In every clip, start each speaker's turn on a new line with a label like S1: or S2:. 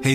S1: Hey,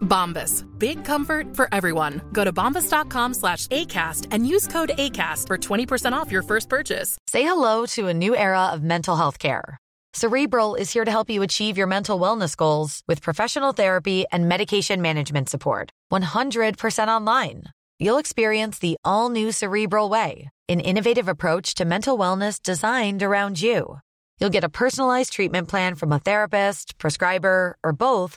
S2: Bombas. Big comfort for everyone. Go to bombas.com slash ACAST and use code ACAST for 20% off your first purchase.
S3: Say hello to a new era of mental health care. Cerebral is here to help you achieve your mental wellness goals with professional therapy and medication management support. 100% online. You'll experience the all new Cerebral Way, an innovative approach to mental wellness designed around you. You'll get a personalized treatment plan from a therapist, prescriber, or both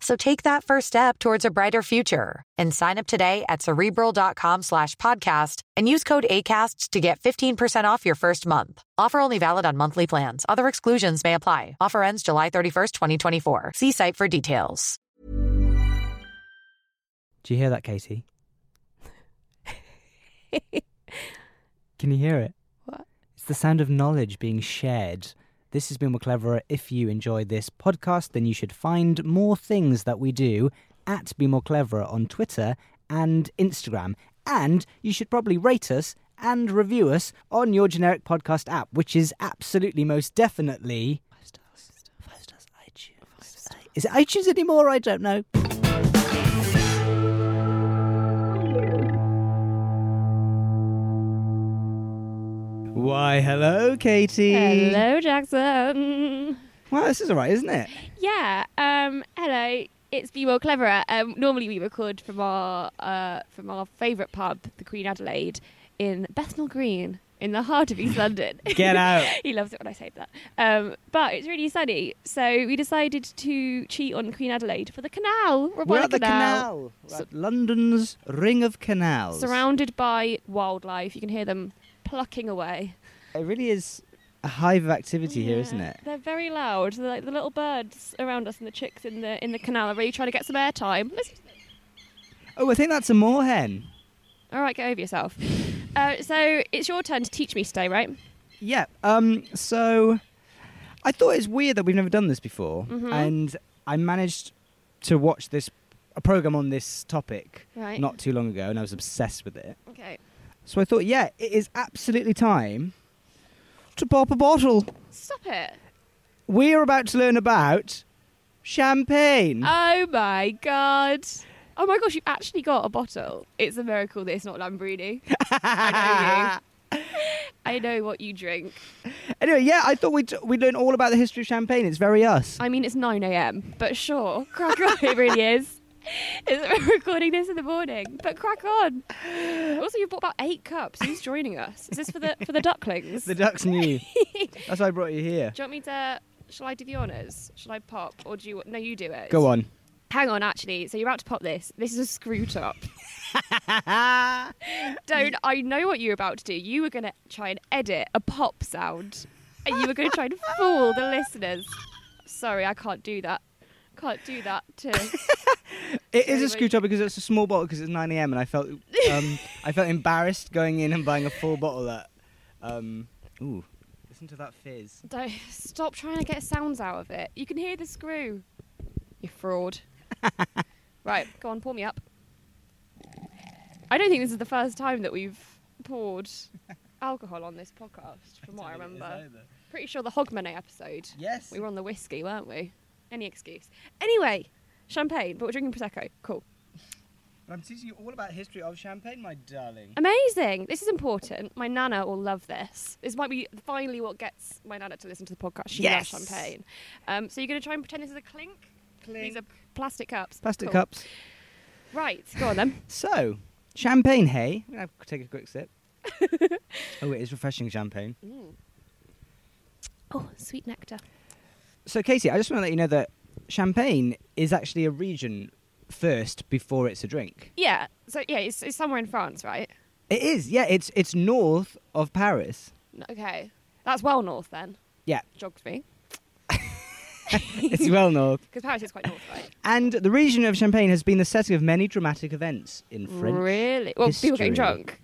S3: So take that first step towards a brighter future and sign up today at cerebral.com slash podcast and use code ACAST to get 15% off your first month. Offer only valid on monthly plans. Other exclusions may apply. Offer ends July 31st, 2024. See site for details.
S4: Do you hear that, Katie? Can you hear it?
S5: What?
S4: It's the sound of knowledge being shared. This has been Cleverer. If you enjoy this podcast, then you should find more things that we do at Be More Cleverer on Twitter and Instagram. And you should probably rate us and review us on your generic podcast app, which is absolutely most definitely. Five stars, iTunes. Is it iTunes anymore? I don't know. Why, hello, Katie.
S5: Hello, Jackson.
S4: Wow, this is all right, isn't it?
S5: Yeah. Um. Hello. It's Be More Cleverer. Um, normally we record from our uh, from our favourite pub, the Queen Adelaide, in Bethnal Green, in the heart of East London.
S4: Get out.
S5: he loves it when I say that. Um, but it's really sunny, so we decided to cheat on Queen Adelaide for the canal. by
S4: We're at the canal. We're
S5: So-
S4: at London's Ring of Canals.
S5: Surrounded by wildlife, you can hear them plucking away.
S4: It really is a hive of activity here,
S5: Yeah,
S4: isn't it?
S5: They're very loud. They're like the little birds around us and the chicks in the in the canal are really trying to get some airtime. Listen-
S4: Oh, I think that's a moorhen.
S5: All right, get over yourself. Uh, so it's your turn to teach me today, right?
S4: Yeah. Um. So, I thought it's weird that we've never done this before,
S5: Mm-hmm.
S4: and I managed to watch this a program on this topic
S5: Right.
S4: not too long ago, and I was obsessed with it.
S5: Okay.
S4: So I thought, yeah, it is absolutely time to pop a bottle.
S5: Stop it.
S4: We're about to learn about champagne.
S5: Oh my god. Oh my gosh, you've actually got a bottle. It's a miracle that it's not Lambrini. I know you. I know what you drink.
S4: Anyway, yeah, I thought we'd, we'd learn all about the history of champagne. It's very us.
S5: I mean, it's 9 a.m., but sure, crack on. it really is. It's, we're recording this in the morning, but crack on. Also, you've bought about eight cups. Who's joining us? Is this for the for the ducklings?
S4: the ducks knew. That's why I brought you here.
S5: do you want me to? Shall I do the honours? Shall I pop, or do you? No, you do it.
S4: Go on.
S5: Hang on, actually. So you're about to pop this. This is a screw top. Don't. I know what you were about to do. You were going to try and edit a pop sound, and you were going to try and fool the listeners. Sorry, I can't do that. Can't do that to
S4: It is
S5: Sorry,
S4: a screw
S5: wait.
S4: top because it's a small bottle because it's 9 a.m. and I felt um, I felt embarrassed going in and buying a full bottle at. Um, ooh, listen to that fizz.
S5: Don't stop trying to get sounds out of it. You can hear the screw. You fraud. right, go on, pour me up. I don't think this is the first time that we've poured alcohol on this podcast, from what I remember. Pretty sure the Hogmanay episode.
S4: Yes.
S5: We were on the whiskey, weren't we? Any excuse. Anyway, champagne, but we're drinking prosecco. Cool.
S4: I'm teaching you all about history of champagne, my darling.
S5: Amazing. This is important. My nana will love this. This might be finally what gets my nana to listen to the podcast. She
S4: Yes.
S5: loves champagne. Um, so you're going to try and pretend this is a clink? These are plastic cups.
S4: Plastic
S5: Cool.
S4: cups.
S5: Right. Go on then.
S4: So, champagne, hey? I'm going to take a quick sip. oh, it is refreshing champagne.
S5: Oh, sweet nectar.
S4: So, Casey, I just want to let you know that champagne is actually a region first before it's a drink.
S5: Yeah. So yeah, it's, it's somewhere in France, right?
S4: It is. Yeah, it's it's north of Paris.
S5: N- Okay. That's well north then.
S4: Yeah,
S5: Geography.
S4: it's well north.
S5: Because Paris is quite north, right?
S4: And the region of Champagne has been the setting of many dramatic events in French.
S5: really? Well,
S4: history.
S5: people getting drunk.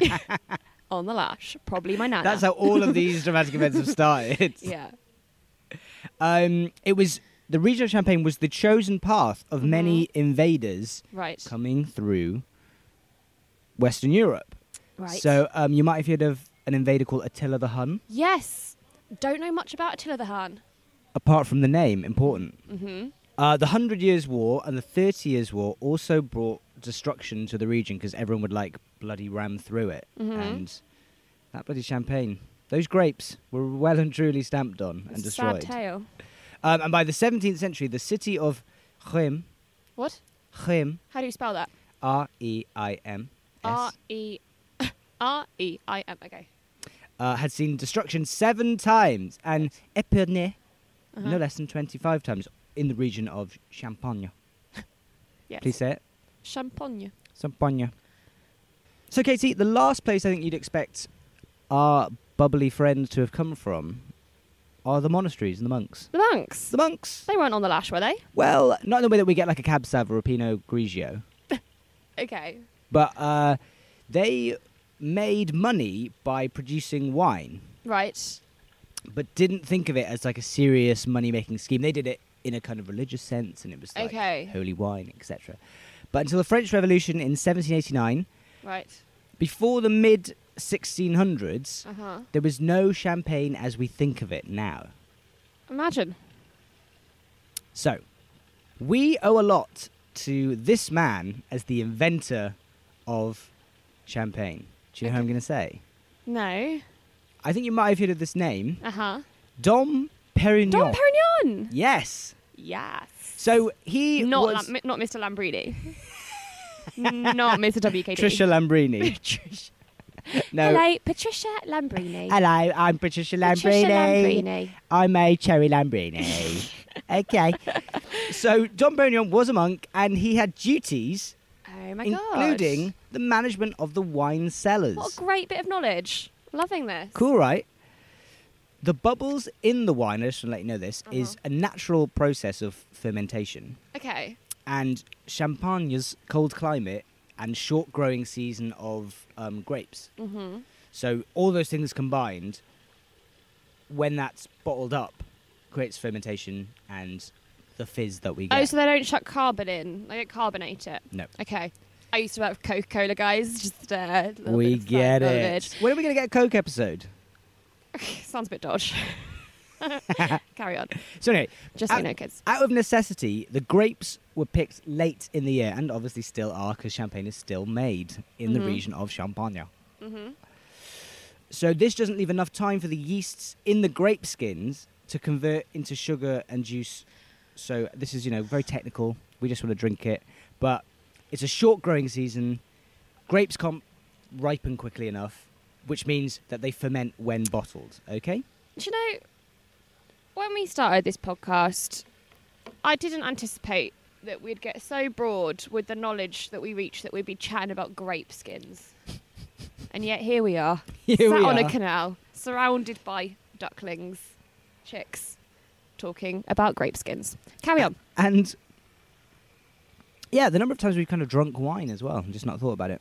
S5: On the lash. Probably my nana.
S4: That's how all of these dramatic events have started.
S5: Yeah.
S4: Um, it was the region of Champagne was the chosen path of many invaders
S5: Mm-hmm. Right.
S4: coming through Western Europe.
S5: Right.
S4: So um, you might have heard of an invader called Attila the Hun.
S5: Yes. Don't know much about Attila the Hun.
S4: Apart from the name, important. Mm-hmm. Uh, the Hundred Years' War and the Thirty Years' War also brought destruction to the region because everyone would like bloody ram through it,
S5: Mm-hmm.
S4: and that bloody champagne. Those grapes were well and truly stamped on and
S5: It's a
S4: destroyed.
S5: Sad tale.
S4: Um, and by the 17th century, the city of Rheims,
S5: What?
S4: Rheims,
S5: How do you spell that?
S4: R E I M
S5: R
S4: S,
S5: E R E I M. Okay.
S4: uh, had seen destruction seven times, and Epernay no
S5: Uh-huh.
S4: less than 25 times in the region of Champagne.
S5: Yes.
S4: Please say it.
S5: Champagne.
S4: Champagne. So, Katie, the last place I think you'd expect our bubbly friends to have come from are the monasteries and the monks.
S5: The monks.
S4: The monks!
S5: They weren't on the lash, were they?
S4: Well, not in the way that we get like a Cab Sav or a Pinot Grigio.
S5: Okay.
S4: But uh, they made money by producing wine,
S5: Right.
S4: but didn't think of it as like a serious money making scheme. They did it in a kind of religious sense, and it was like
S5: Okay.
S4: holy wine, etc. But until the French Revolution in 1789,
S5: Right.
S4: before the mid 1600s,
S5: Uh huh.
S4: there was no champagne as we think of it now.
S5: Imagine.
S4: So, we owe a lot to this man as the inventor of champagne. Do you know who I'm going to say?
S5: No.
S4: I think you might have heard of this name.
S5: Uh huh.
S4: Dom Perignon.
S5: Dom Perignon.
S4: Yes.
S5: Yes.
S4: So he
S5: Not
S4: was
S5: Lam- not Mr. Lambrini. not Mr. WKD.
S4: Patricia Lambrini.
S5: Patricia.
S4: no.
S5: Hello, Patricia Lambrini.
S4: Hello, I'm Patricia Lambrini.
S5: Patricia Lambrini.
S4: I'm a cherry Lambrini. okay. So Dom Perignon was a monk and he had duties
S5: Oh my god.
S4: including the management of the wine cellars.
S5: What a great bit of knowledge. Loving this.
S4: Cool, right? The bubbles in the wine, I just want to let you know this, is
S5: Uh-huh.
S4: a natural process of fermentation.
S5: Okay.
S4: and Champagne's cold climate and short growing season of um, grapes. Mm-hmm. So all those things combined, when that's bottled up, creates fermentation and the fizz that we get.
S5: Oh, so they don't chuck carbon in. They don't carbonate it.
S4: no,
S5: Okay. I used to work with Coca Cola guys. Just uh, a little
S4: we
S5: bit of
S4: get
S5: side
S4: it. When are we going to get a Coke episode?
S5: knowledge. Sounds a bit dodge. Carry on.
S4: So anyway,
S5: Just so
S4: out,
S5: you know, kids.
S4: out of necessity, the grapes were picked late in the year, and obviously still are, because champagne is still made in the region of Champagne. So this doesn't leave enough time for the yeasts in the grape skins to convert into sugar and juice. So this is, you know, very technical. We just want to drink it, but it's a short growing season. Grapes can't ripen quickly enough, which means that they ferment when bottled. Okay.
S5: Do you know, when we started this podcast, I didn't anticipate that we'd get so broad with the knowledge that we reached that we'd be chatting about grape skins. and yet here we are,
S4: Here
S5: sat
S4: we
S5: on a
S4: are.
S5: canal, surrounded by ducklings, chicks, talking about grape skins. Carry on.
S4: And yeah, the number of times we've kind of drunk wine as well and just not thought about it.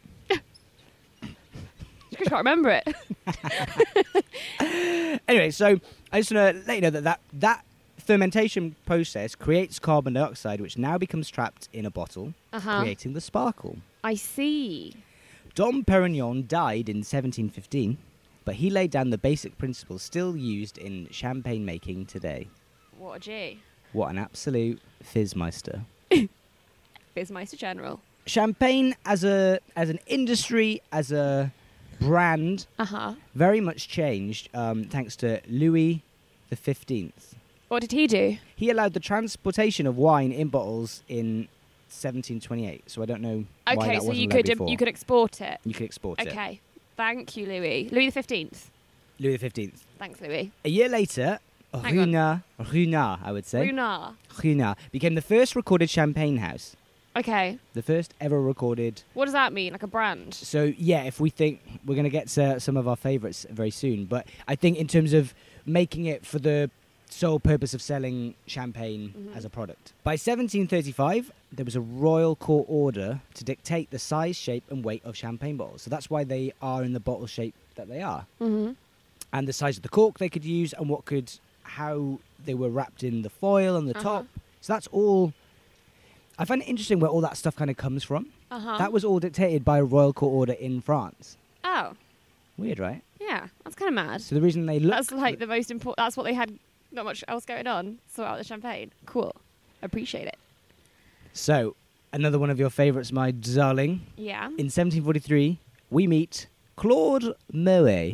S5: Just can't remember it.
S4: Anyway, so I just want to let you know that, that that fermentation process creates carbon dioxide, which now becomes trapped in a bottle,
S5: Uh-huh.
S4: creating the sparkle.
S5: I see.
S4: Dom Perignon died in 1715, but he laid down the basic principles still used in champagne making today.
S5: What a G.
S4: What an absolute fizzmeister.
S5: Bizmeister General.
S4: Champagne as a as an industry, as a brand,
S5: Uh huh.
S4: very much changed um, thanks to Louis the Fifteenth.
S5: What did he do?
S4: He allowed the transportation of wine in bottles in 1728. So I don't know. why that
S5: Okay, so
S4: wasn't
S5: you
S4: allowed
S5: could um,
S4: before.
S5: you could export it.
S4: you could export it.
S5: Okay. Thank you, Louis. Louis the Fifteenth.
S4: Louis the Fifteenth.
S5: Thanks, Louis.
S4: A year later,
S5: Hang on.
S4: Runa, Runa, I would say,
S5: Runar.
S4: Runa became the first recorded champagne house.
S5: Okay.
S4: The first ever recorded.
S5: What does that mean? Like a brand?
S4: So yeah, if we think we're going to get to some of our favorites very soon, but I think in terms of making it for the sole purpose of selling champagne as a product. By 1735, there was a royal court order to dictate the size, shape and weight of champagne bottles. So that's why they are in the bottle shape that they are.
S5: Mm-hmm.
S4: and the size of the cork they could use and what could how they were wrapped in the foil and the
S5: Uh-huh.
S4: top so that's all i find it interesting where all that stuff kind of comes from
S5: Uh-huh.
S4: that was all dictated by a royal court order in france
S5: Oh,
S4: weird right
S5: yeah. That's kind of mad.
S4: so the reason they look
S5: That's like the most important. That's what they had. Not much else going on. Sort out the champagne. Cool. Appreciate it.
S4: so another one of your favorites my darling
S5: Yeah.
S4: in 1743 we meet claude moe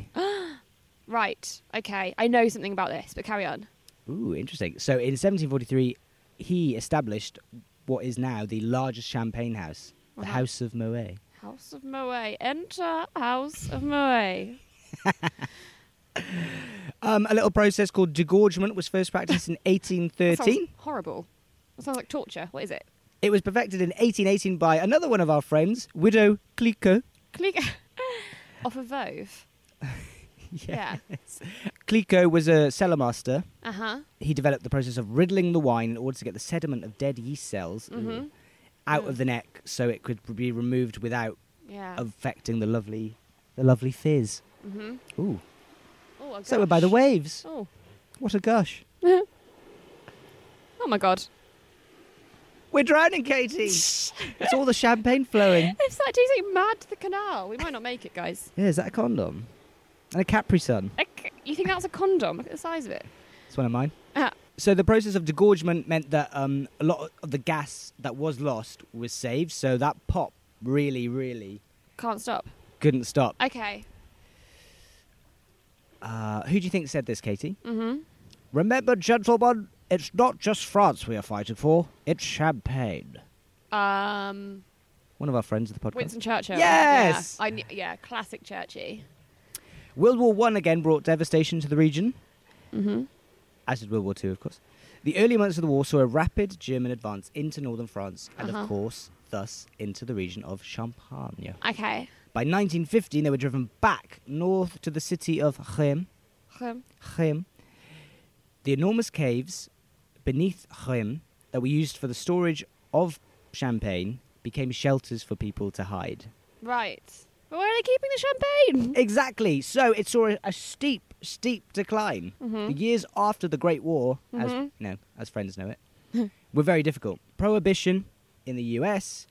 S5: Right. Okay. I know something about this, but carry on.
S4: Ooh, interesting. So in 1743, he established what is now the largest champagne house, the
S5: Uh-huh.
S4: House of Moe.
S5: House of Moe. Enter House of Moe.
S4: Um, a little process called degorgement was first practiced in
S5: That sounds
S4: 1813.
S5: Horrible. That sounds like torture. What is it?
S4: It was perfected in 1818 by another one of our friends, Widow Cliquot.
S5: Click. Off of Vove. Yeah.
S4: Cliquot was a cellar master.
S5: Uh huh.
S4: He developed the process of riddling the wine in order to get the sediment of dead yeast cells uh,
S5: Mhm.
S4: out of the
S5: Mm.
S4: neck so it could be removed without
S5: Yeah.
S4: affecting the lovely the lovely fizz.
S5: Mhm.
S4: Ooh.
S5: Oh, a
S4: So we're by the
S5: gush.
S4: waves.
S5: Oh.
S4: What a gush.
S5: Oh my god.
S4: We're drowning, Katie. it's all the champagne flowing.
S5: It's like doing mad to the canal. We might not make it, guys.
S4: Yeah, is that a condom? And a Capri Sun.
S5: Like, you think that's a condom? Look at the size of it.
S4: It's one of mine.
S5: Ah.
S4: So the process of degorgement meant that um, a lot of the gas that was lost was saved. So that pop really, really
S5: Can't stop.
S4: couldn't stop.
S5: Okay.
S4: Uh, who do you think said this, Katie?
S5: Mm-hmm.
S4: Remember, gentlemen, it's not just France we are fighting for; it's champagne.
S5: Um,
S4: One of our friends of the podcast.
S5: Winston Churchill.
S4: Yes!
S5: Yeah, I kn- yeah classic Churchy.
S4: World War One again brought devastation to the region,
S5: Mm-hmm.
S4: as did World War Two, of course. The early months of the war saw a rapid German advance into northern France, and
S5: Uh-huh.
S4: of course, thus into the region of Champagne.
S5: Okay.
S4: By 1915, they were driven back north to the city of Chem.
S5: Um,
S4: Chem. The enormous caves beneath Chem that were used for the storage of champagne became shelters for people to hide.
S5: Right. But where are they keeping the champagne?
S4: Exactly. So it saw a, a steep, steep decline. The years after the Great War, as you know, as friends know it, were very difficult. Prohibition in the U.S.,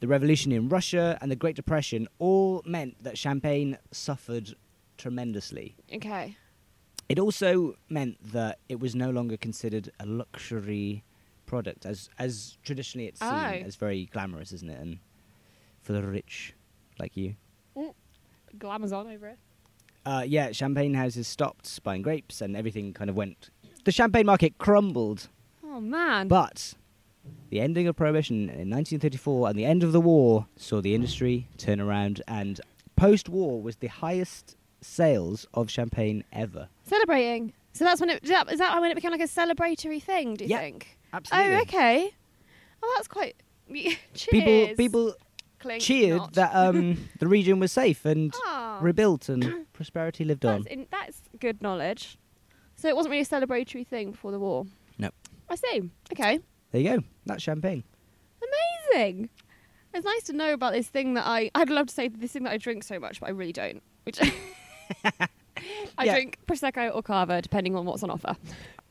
S4: the revolution in Russia, and the Great Depression all meant that champagne suffered tremendously.
S5: Okay.
S4: It also meant that it was no longer considered a luxury product, as as traditionally it's seen
S5: Oh.
S4: as very glamorous, isn't it? And for the rich, like you.
S5: Glamour's on over it.
S4: Uh, yeah, champagne houses stopped buying grapes and everything kind of went. The champagne market crumbled,
S5: Oh man.
S4: but the ending of Prohibition in 1934 and the end of the war saw the industry turn around, and post war was the highest sales of champagne ever.
S5: Celebrating. So that's when it is that, is that when it became like a celebratory thing? Do you
S4: Yeah,
S5: think?
S4: absolutely.
S5: Oh, okay. Oh, that's quite. Cheers.
S4: People, people
S5: Clink,
S4: cheered
S5: not.
S4: that um, the region was safe and
S5: Ah.
S4: rebuilt and prosperity lived on.
S5: That's, in, that's good knowledge. So it wasn't really a celebratory thing before the war.
S4: No.
S5: I see. Okay.
S4: There you go. That's champagne.
S5: Amazing. It's nice to know about this thing that I. I'd love to say this thing that I drink so much, but I really don't. Which. I
S4: Yeah.
S5: drink prosecco or cava, depending on what's on offer.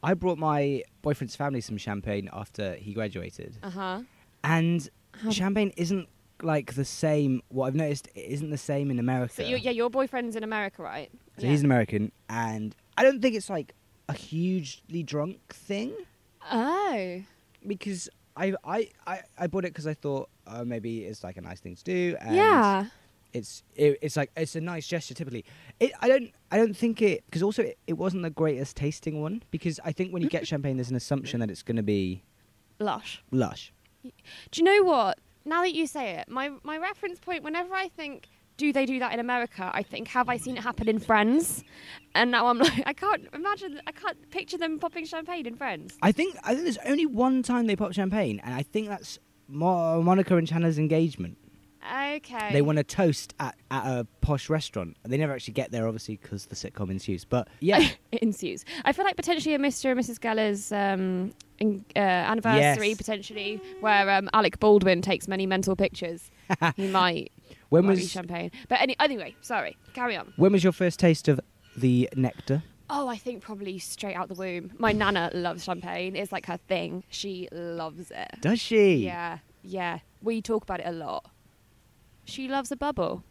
S4: I brought my boyfriend's family some champagne after he graduated.
S5: Uh huh.
S4: And champagne isn't like the same. What I've noticed it isn't the same in America.
S5: So you, yeah, your boyfriend's in America, right?
S4: So
S5: yeah.
S4: he's an American, and I don't think it's like a hugely drunk thing
S5: Oh.
S4: because I I I, I bought it because I thought uh, maybe it's like a nice thing to do. And
S5: yeah.
S4: It's it, it's like it's a nice gesture. Typically, it, I don't I don't think it because also it, it wasn't the greatest tasting one because I think when you get champagne, there's an assumption that it's going to be
S5: Lush.
S4: lush.
S5: Do you know what? Now that you say it, my, my reference point, whenever I think, do they do that in America? I think, have I seen it happen in Friends? And now I'm like, I can't imagine, I can't picture them popping champagne in Friends.
S4: I think I think there's only one time they pop champagne, and I think that's Mo- Monica and Chandler's engagement.
S5: Okay.
S4: They want to toast at, at a posh restaurant. They never actually get there, obviously, because the sitcom ensues. But yeah,
S5: it ensues. I feel like potentially a Mr. and Mrs. Geller's um, in, uh, anniversary,
S4: Yes.
S5: potentially, where um, Alec Baldwin takes many mental pictures. he might.
S4: when
S5: might be
S4: was
S5: champagne? But any, anyway, sorry. Carry on.
S4: when was your first taste of the nectar?
S5: Oh, I think probably straight out the womb. My nana loves champagne. It's like her thing. She loves it.
S4: Does she?
S5: Yeah, yeah. We talk about it a lot. She loves a bubble.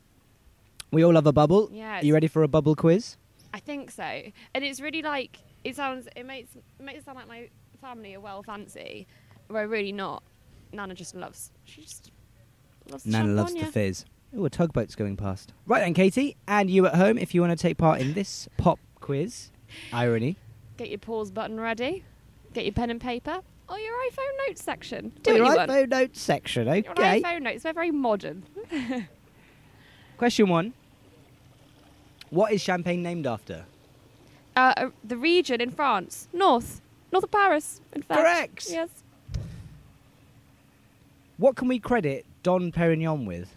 S4: We all love a bubble.
S5: Yes.
S4: You ready for a bubble quiz?
S5: I think so. And it's really like it sounds. It makes it makes it sound like my family are well fancy. We're really not. Nana just loves. She just loves. the
S4: Nana loves the
S5: champagne.
S4: fizz. Oh, a tugboat's going past. Right then, Katie, and you at home, if you want to take part in this pop quiz, irony.
S5: Get your pause button ready. Get your pen and paper or your iPhone notes section. Do
S4: Oh, Your
S5: what you want.
S4: iPhone notes section,
S5: Your
S4: okay.
S5: iPhone notes. They're very modern.
S4: Question one. What is champagne named after?
S5: Uh, uh, the region in France, north, north of Paris. In fact.
S4: Correct.
S5: Yes.
S4: What can we credit Don Perignon with?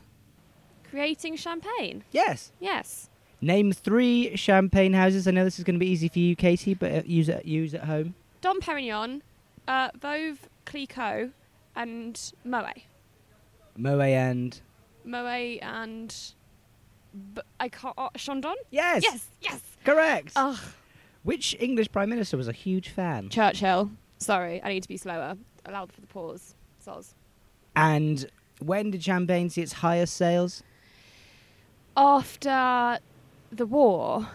S5: Creating champagne.
S4: Yes.
S5: Yes.
S4: Name three champagne houses. I know this is going to be easy for you, Katie, but uh, use it use at home.
S5: Dom Perignon, uh, Veuve Clicquot, and Moet.
S4: Moe and
S5: Moet and B- I can't. Uh, Chandon.
S4: yes,
S5: Yes. Yes.
S4: correct.
S5: Ugh.
S4: Which English prime minister was a huge fan?
S5: Churchill. Sorry, I need to be slower. Allowed for the pause. Soz.
S4: and when did champagne see its highest sales?
S5: After the war.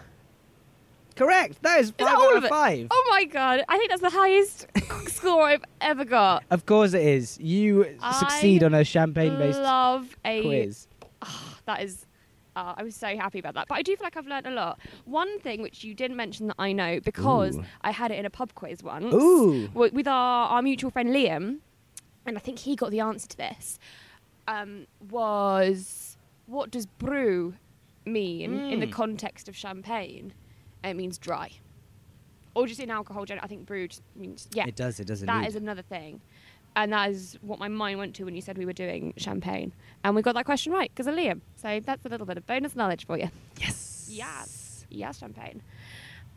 S4: Correct. That is
S5: Is
S4: five
S5: that
S4: out
S5: all
S4: of
S5: of it?
S4: five.
S5: Oh my god! I think that's the highest score I've ever got.
S4: Of course it is. You
S5: I
S4: succeed on a champagne-based
S5: Love a
S4: quiz.
S5: That is, uh, I was so happy about that. But I do feel like I've learned a lot. One thing which you didn't mention that I know because
S4: Ooh.
S5: I had it in a pub quiz once
S4: Ooh.
S5: w- with our, our mutual friend Liam, and I think he got the answer to this, um, was what does brew mean in the
S4: Mm.
S5: context of champagne? It means dry. Or just in alcohol, gen- I think brew just means, yeah.
S4: It does. It does.
S5: That
S4: indeed.
S5: is another thing. And that is what my mind went to when you said we were doing champagne. And we got that question right because of Liam. So that's a little bit of bonus knowledge for you.
S4: yes.
S5: Yes. Yes, champagne.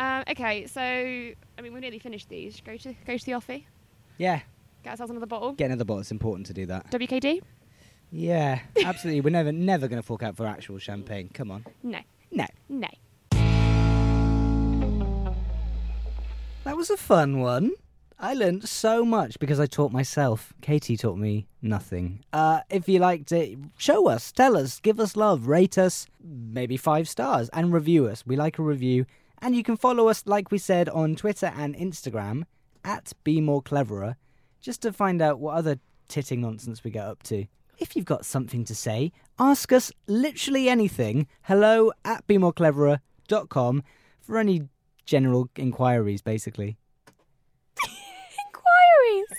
S5: Um, okay, so, I mean, we've nearly finished these. Go to, go to the offie,
S4: Yeah.
S5: get ourselves another bottle.
S4: Get another bottle. It's important to do that.
S5: WKD?
S4: Yeah, absolutely. We're never, never going to fork out for actual champagne. Come on.
S5: No.
S4: No.
S5: No.
S4: That was a fun one. I learned so much because I taught myself. Katie taught me nothing. Uh, if you liked it, show us, tell us, give us love, rate us, maybe five stars, and review us. We like a review. And you can follow us, like we said, on Twitter and Instagram at Be More Cleverer, just to find out what other titting nonsense we get up to. If you've got something to say, ask us literally anything. Hello at bemorecleverer.com for any general inquiries, basically.